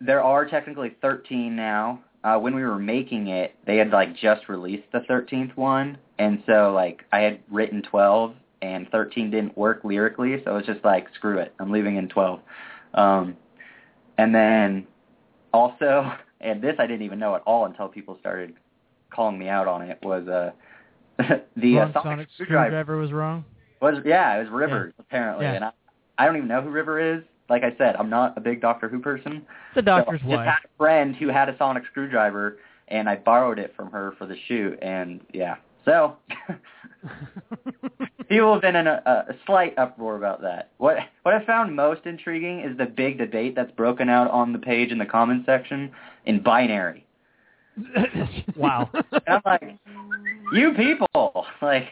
S11: there are technically 13 now. Uh, when we were making it, they had like just released the 13th one, and so like I had written 12, and 13 didn't work lyrically, so I was just like, screw it, I'm leaving in 12. Um, and then also, and this I didn't even know at all until people started calling me out on it was uh the
S6: Wrong
S11: uh, sonic,
S6: sonic
S11: screwdriver
S6: screwdriver was wrong.
S11: was yeah it was Rivers apparently,
S6: Yeah.
S11: and I, I don't even know who River is. Like I said, I'm not a big Doctor Who person.
S6: The doctor's
S11: so I just
S6: wife.
S11: had a friend who had a sonic screwdriver, and I borrowed it from her for the shoot, and yeah. So people have been in a, a slight uproar about that. What what I found most intriguing is the big debate that's broken out on the page in the comments section in binary.
S6: Wow.
S11: And I'm like, you people, like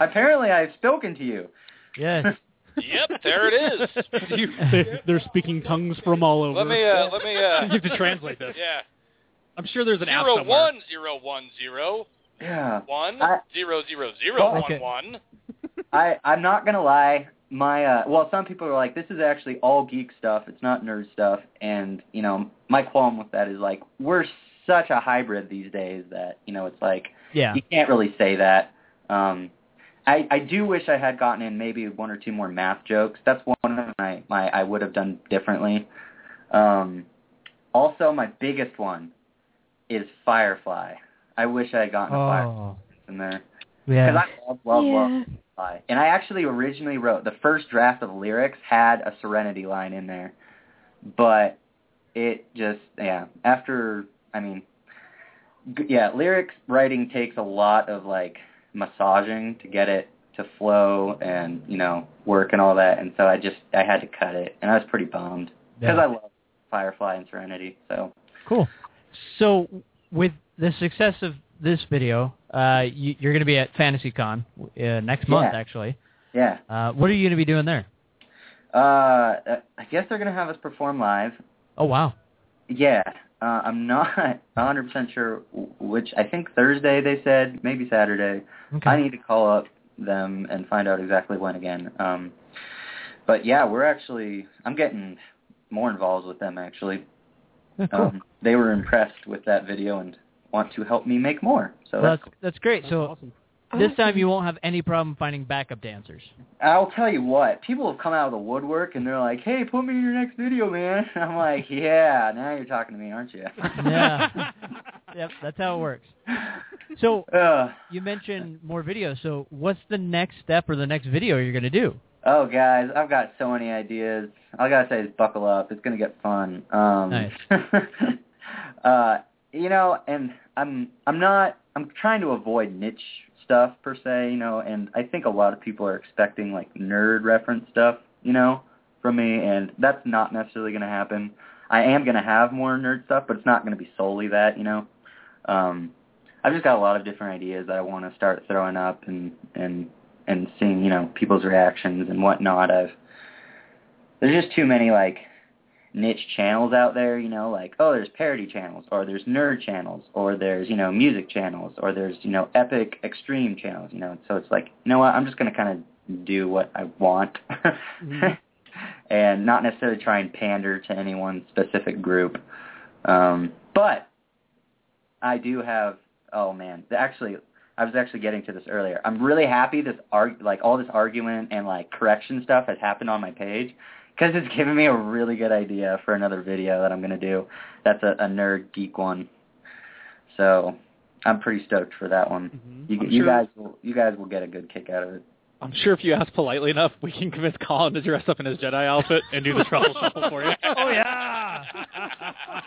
S11: apparently I've spoken to you.
S6: Yes.
S7: Yep, there it is.
S8: They, they're speaking tongues from all over.
S7: Let me uh let me uh
S9: You have to translate this.
S7: Yeah.
S9: I'm sure there's an app
S7: Zero
S9: somewhere.
S7: one zero one zero
S11: Yeah.
S7: one
S11: I-
S7: zero zero zero
S6: Okay.
S7: one one.
S11: I I'm not gonna lie. My uh, well, some people are like, this is actually all geek stuff. It's not nerd stuff. And you know, my qualm with that is like, we're such a hybrid these days that you know, it's like
S6: Yeah.
S11: you can't really say that. Um, I, I do wish I had gotten in maybe one or two more math jokes. That's one of my, my I would have done differently. Um, also, my biggest one is Firefly. I wish I had gotten a Firefly
S6: Oh,
S11: in there.
S6: yeah.
S11: Because I love, love,
S10: Yeah.
S11: love Firefly. And I actually originally wrote, the first draft of lyrics had a Serenity line in there. But it just, yeah, after, I mean, g- yeah, lyrics writing takes a lot of, like, massaging to get it to flow and, you know, work and all that. And so I just, I had to cut it. And I was pretty bummed. Because
S6: Yeah.
S11: I love Firefly and Serenity, so.
S6: Cool. So with the success of this video, uh, you, you're going to be at FantasyCon uh, next month,
S11: Yeah.
S6: actually.
S11: Yeah.
S6: Uh, what are you going to be doing there?
S11: Uh, uh, I guess they're gonna have us perform live.
S6: Oh wow.
S11: Yeah, uh, I'm not 100% sure w- which. I think Thursday they said, maybe Saturday.
S6: Okay.
S11: I need to call up them and find out exactly when again. Um, but yeah, we're actually. I'm getting more involved with them actually.
S6: Yeah, cool.
S11: Um, they were impressed with that video and want to help me make more. So
S6: Well,
S11: that's,
S6: that's that's great. so this time you won't have any problem finding backup dancers.
S11: I'll tell you what, people have come out of the woodwork and they're like, "Hey, put me in your next video, man." And I'm like, "Yeah, now you're talking to me, aren't you?"
S6: Yeah. yep, that's how it works. So you mentioned more videos. So what's the next step or the next video you're going to do?
S11: Oh guys, I've got so many ideas. All I gotta say is buckle up. It's gonna get fun. Um,
S6: Nice.
S11: uh, you know, and I'm I'm not I'm trying to avoid niche stuff per se. You know, and I think a lot of people are expecting like nerd reference stuff. You know, from me, and that's not necessarily gonna happen. I am gonna have more nerd stuff, but it's not gonna be solely that. You know, um, I've just got a lot of different ideas that I want to start throwing up and and and seeing you know people's reactions and whatnot of there's just too many like niche channels out there you know like oh there's parody channels or there's nerd channels or there's you know music channels or there's you know epic extreme channels you know so it's like you know what i'm just going to kind of do what i want
S6: Mm-hmm.
S11: and not necessarily try and pander to any one specific group um but i do have oh man actually I was actually getting to this earlier. I'm really happy this arg- like all this argument and like correction stuff has happened on my page because it's given me a really good idea for another video that I'm gonna do. That's a, a nerd geek one, so I'm pretty stoked for that one. You,
S9: I'm
S11: you
S9: sure-
S11: guys will you guys will get a good kick out of it.
S9: I'm sure if you ask politely enough, we can convince Colin to dress up in his Jedi outfit and do the trouble shuffle for you.
S6: Oh yeah.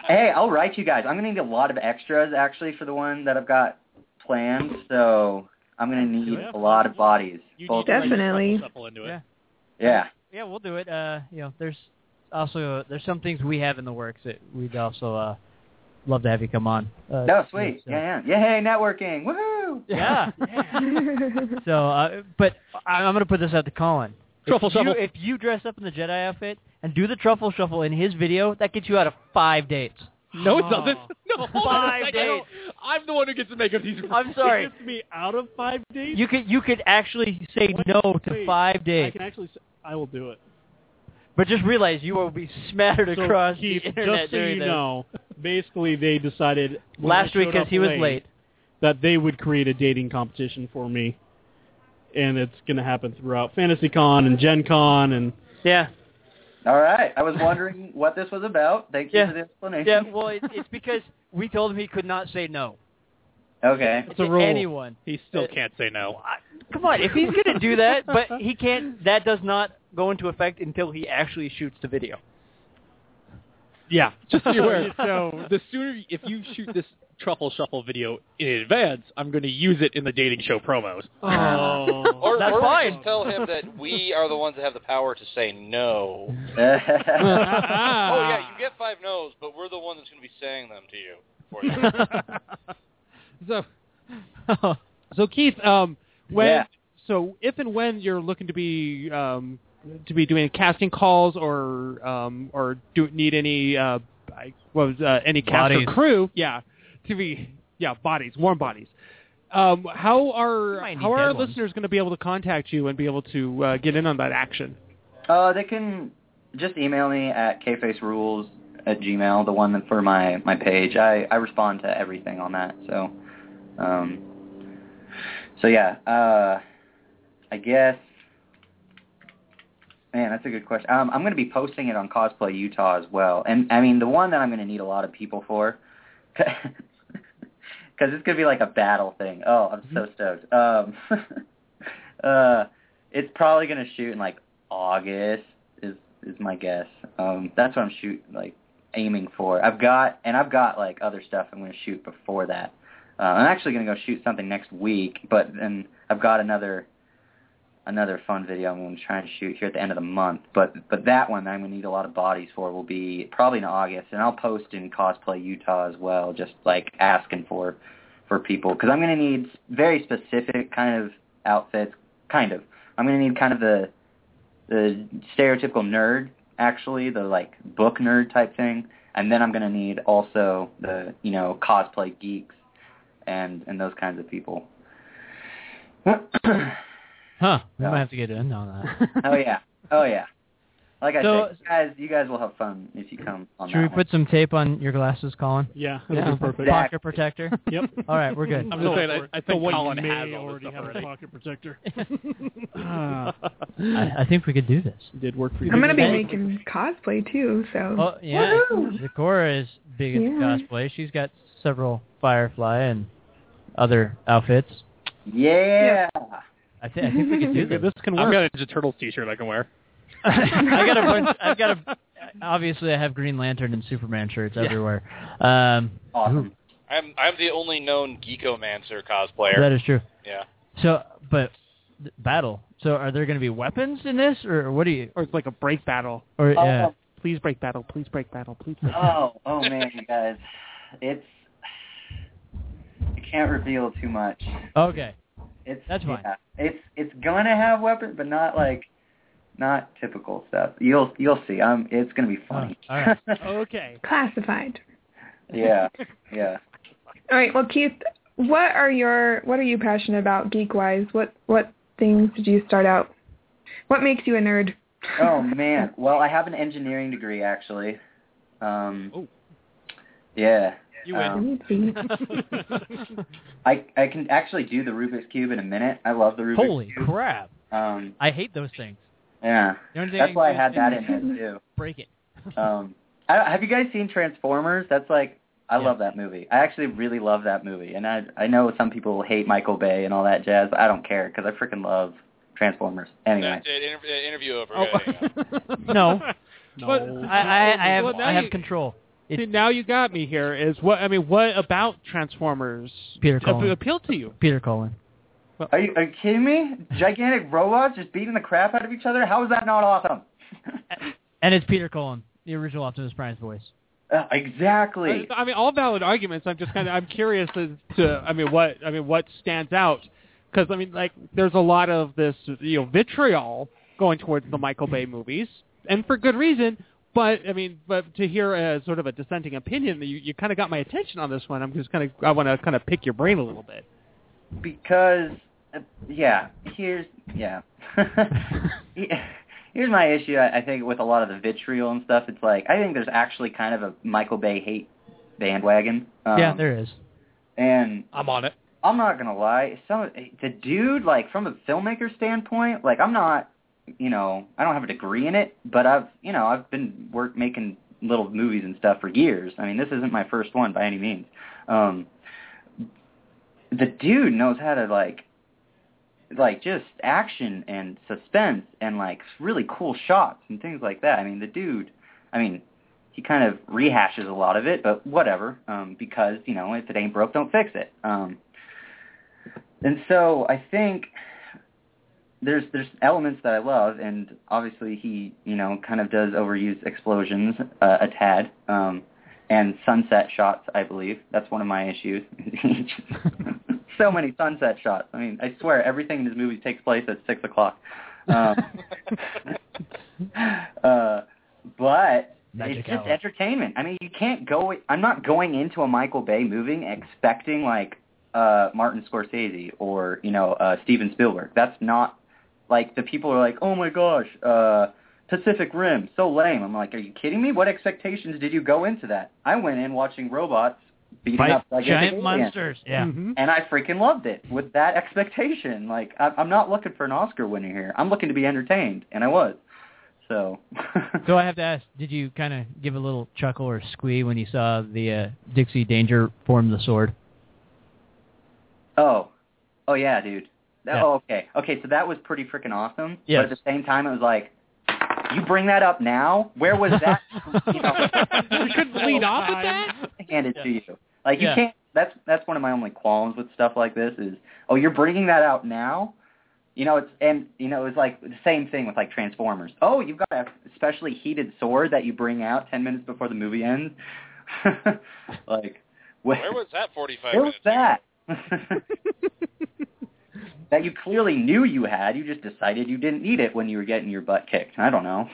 S11: Hey, I'll write you guys. I'm gonna need a lot of extras actually for the one that I've got planned, so I'm gonna need a lot of bodies. Both-
S10: Definitely.
S6: Yeah.
S11: Yeah.
S6: Yeah, we'll do it. Uh, you know, there's also there's some things we have in the works that we'd also uh, love to have you come on. Uh,
S11: No, Oh, sweet.
S6: so-
S11: Yeah, yeah. Yay, networking. Woohoo!
S6: Yeah. So, uh, but I, I'm going to put this out to Colin.
S9: Truffle
S6: if you,
S9: shuffle.
S6: If you dress up in the Jedi outfit and do the truffle shuffle in his video, that gets you out of five dates.
S9: No, it doesn't. No, hold on a
S6: Five
S9: second. I don't-
S6: dates.
S9: I'm the one who gets to make up these rules.
S6: I'm sorry.
S8: Gets me out of five days.
S6: You could you could actually say no to
S8: Wait,
S6: five
S8: I
S6: dates,
S8: can actually. s- I will do it.
S6: but just realize you will be smattered
S8: So,
S6: across
S8: Keith,
S6: the internet
S8: just so
S6: during
S8: you
S6: this.
S8: know, basically they decided when I
S6: Last week
S8: showed
S6: because
S8: up
S6: he was late.
S8: that they would create a dating competition for me, and it's going to happen throughout FantasyCon and Gen Con and
S6: Yeah.
S11: All right. I was wondering what this was about. Thank you
S6: Yeah.
S11: for the explanation.
S6: Yeah, well, it, it's because we told him he could not say no
S11: Okay.
S6: to
S8: a rule.
S6: anyone.
S9: He still can't say no.
S6: Come on, if he's going to do that, but he can't, that does not go into effect until he actually shoots the video.
S8: yeah.
S9: Just so you're aware.
S8: so
S9: The sooner, if you shoot this truffle shuffle video in advance, I'm going to use it in the dating show promos.
S8: oh,
S7: Or,
S6: That's
S7: or we
S6: fine.
S7: just tell him that we are the ones that have the power to say no.
S6: Ah.
S7: oh yeah, you get five no's, but we're the one that's going to be saying them to you. For you.
S12: So, so Keith, um, when
S11: Yeah.
S12: so if and when you're looking to be um, to be doing casting calls or um, or do need any uh, I, what was uh, any cast or
S6: Bodies.
S12: crew, yeah, to be yeah bodies, warm bodies. Um, how
S6: You
S12: are
S6: might need
S12: how are our
S6: dead ones.
S12: listeners going to be able to contact you and be able to uh, get in on that action?
S11: uh, they can just email me at kfacerules at gmail, the one that- for my, my page. I, I respond to everything on that. So, um, so yeah. Uh,
S9: I guess. Man, that's a good question. Um, I'm going to be posting it on Cosplay Utah as well, and I mean the one that I'm going to need a lot of people for, because it's going to be like a battle thing. Oh, I'm so stoked. Um, uh, it's probably going to shoot in like August is is my guess. Um, that's what I'm shoot like aiming for. I've got and I've got like other stuff I'm going to shoot before that. Uh, I'm actually going to go shoot something next week, but then I've got another another fun video I'm going to try and shoot here at the end of the month. But but that one I'm going to need a lot of bodies for will be probably in August, and I'll post in Cosplay Utah as well, just like asking for for people because I'm going to need very specific kind of outfits. Kind of, I'm going to need kind of the the stereotypical nerd actually, the like book nerd type thing, and then I'm going to need also the you know cosplay geeks and and those kinds of people.
S6: Huh. We might have to get in on that.
S9: oh yeah. Oh yeah. Like I
S6: So-
S9: said, you guys, you guys will have fun if you come on
S6: Should we
S9: that one.
S6: put some tape on your glasses, Colin?
S14: Yeah,
S9: that'd be perfect.
S6: Pocket protector.
S14: Yep.
S6: All right, we're good.
S15: I'm just saying, I, I think
S14: what you
S15: Colin
S14: may
S15: has all this
S14: already
S15: stuff
S14: have a
S15: already.
S14: pocket protector.
S6: Ah. I, I think we could do this.
S14: Did work for
S11: I'm gonna be making cosplay too, so.
S6: Oh yeah,
S11: Woohoo!
S6: Zakora is big into
S11: Yeah.
S6: cosplay. She's got several Firefly and other outfits.
S9: Yeah.
S6: I, thi- I think we could do this.
S15: can work. I've got a Ninja Turtles T-shirt I can wear.
S6: I got a bunch. I've got a. Obviously, I have Green Lantern and Superman shirts everywhere. Um,
S9: awesome.
S7: I'm I'm the only known Geekomancer cosplayer.
S6: That is true.
S7: Yeah.
S6: So, but th- battle. So, are there going to be weapons in this, or what do you?
S12: Or it's like a break battle.
S6: Or
S9: Oh,
S6: yeah.
S12: Please break battle. Please break battle. Please. Break
S6: Uh,
S12: battle.
S9: Oh, oh man, you guys, it's I can't reveal too much.
S6: Okay.
S9: It's
S6: That's fine.
S9: yeah, it's it's gonna have weapons, but not like not typical stuff. You'll you'll see. Um, it's gonna be funny.
S6: all right.
S12: Okay.
S11: Classified.
S9: yeah, yeah.
S11: All right. Well, Keith, what are your what are you passionate about geek wise? What what things did you start out? What makes you a nerd?
S9: Oh man. Well, I have an engineering degree actually. Um,
S15: Oh.
S9: yeah.
S15: You
S9: um,
S15: win.
S9: I I can actually do the Rubik's cube in a minute. I love the Rubik's
S6: Holy
S9: cube.
S6: crap!
S9: Um,
S6: I hate those things.
S9: yeah.
S6: The only thing I
S9: That's
S6: can
S9: why I
S6: do
S9: had
S6: is
S9: that in there too.
S6: Break it.
S9: Um, I, have you guys seen Transformers? That's like I
S6: Yeah.
S9: love that movie. I actually really love that movie, and I I know some people hate Michael Bay and all that jazz. But I don't care because I freaking love Transformers. Anyway,
S7: That's it. Inter- interview over.
S12: Oh.
S7: Yeah, yeah.
S6: No,
S14: no.
S12: But
S6: I, I, I have
S12: Well, now
S6: I have
S12: you-
S6: control. It's
S12: See, now you got me here. Is what I mean? What about Transformers
S6: Peter
S12: ap-
S6: Cullen.
S12: appeal to you?
S6: Peter Cullen.
S9: are you are you kidding me? Gigantic robots just beating the crap out of each other. How is that not awesome?
S6: And it's Peter Cullen, the original Optimus Prime's voice.
S9: Uh, exactly.
S12: I, I mean, all valid arguments. I'm just kind of I'm curious as to I mean what I mean what stands out because I mean like there's a lot of this you know vitriol going towards the Michael Bay movies and for good reason. But I mean, but to hear a sort of a dissenting opinion, you, you kind of got my attention on this one. I'm just kind of I want to kind of pick your brain a little bit.
S9: because uh, yeah here's yeah here's my issue I, I think with a lot of the vitriol and stuff it's like i think there's actually kind of a michael bay hate bandwagon um,
S6: yeah, there is.
S9: and
S15: I'm on it.
S9: i'm not gonna lie some the dude like from a filmmaker standpoint like i'm not you know i don't have a degree in it but i've you know i've been work making little movies and stuff for years i mean this isn't my first one by any means um the dude knows how to like like just action and suspense and like really cool shots and things like that. I mean, the dude, I mean, he kind of rehashes a lot of it, but whatever, um because, you know, if it ain't broke, don't fix it. Um and so I think there's there's elements that I love and obviously he, you know, kind of does overuse explosions uh, a tad. Um and sunset shots, I believe. That's one of my issues. so many sunset shots. I mean, I swear everything in this movie takes place at six o'clock. Um, uh, but
S6: Magic
S9: it's just
S6: hour.
S9: entertainment. I mean, you can't go. I'm not going into a Michael Bay movie expecting like uh, Martin Scorsese or you know uh, Steven Spielberg. That's not like the people are like, oh my gosh, uh, Pacific Rim, so lame. I'm like, are you kidding me? What expectations did you go into that? I went in watching robots beating
S6: Fight Mm-hmm.
S9: up gigantic
S6: giant
S9: aliens.
S6: monsters, yeah.
S9: And I freaking loved it with that expectation. Like I, I'm not looking for an Oscar winner here. I'm looking to be entertained, and I was. So
S6: So I have to ask, did you kind of give a little chuckle or squee when you saw the uh, Dixie Danger form the sword?
S9: Oh, oh yeah, dude. That,
S6: Yeah.
S9: Oh, okay, okay. So that was pretty freaking awesome.
S6: Yes.
S9: But at the same time, it was like, you bring that up now. Where was that? you know,
S12: couldn't lead off with that?
S9: handed to you. Like you
S12: Yeah.
S9: can't. That's that's one of my only qualms with stuff like this is, oh, you're bringing that out now. You know, it's and you know it's like the same thing with like Transformers. Oh, you've got a specially heated sword that you bring out ten minutes before the movie ends. like, what-
S7: Where was that 45
S9: where was
S7: minutes?
S9: that? that you clearly knew you had. You just decided you didn't need it when you were getting your butt kicked. I don't know.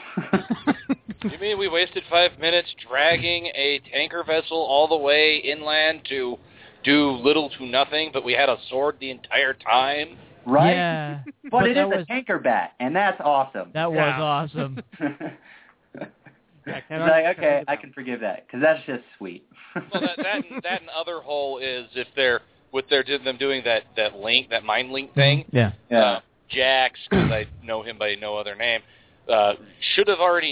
S7: You mean we wasted five minutes dragging a tanker vessel all the way inland to do little to nothing, but we had a sword the entire time?
S9: right?
S6: Yeah.
S9: But,
S6: But
S9: it
S6: that
S9: is
S6: was-
S9: a tanker bat, and that's awesome.
S6: That was
S9: Yeah.
S6: awesome.
S9: It's like, okay, I can forgive that because that's just sweet.
S7: Well, that that and, that and other hole is if they're with their them doing that that link that mind
S6: Mm-hmm.
S7: link thing.
S6: Yeah.
S9: Yeah.
S7: Uh, Jax, because I know him by no other name, uh, should have already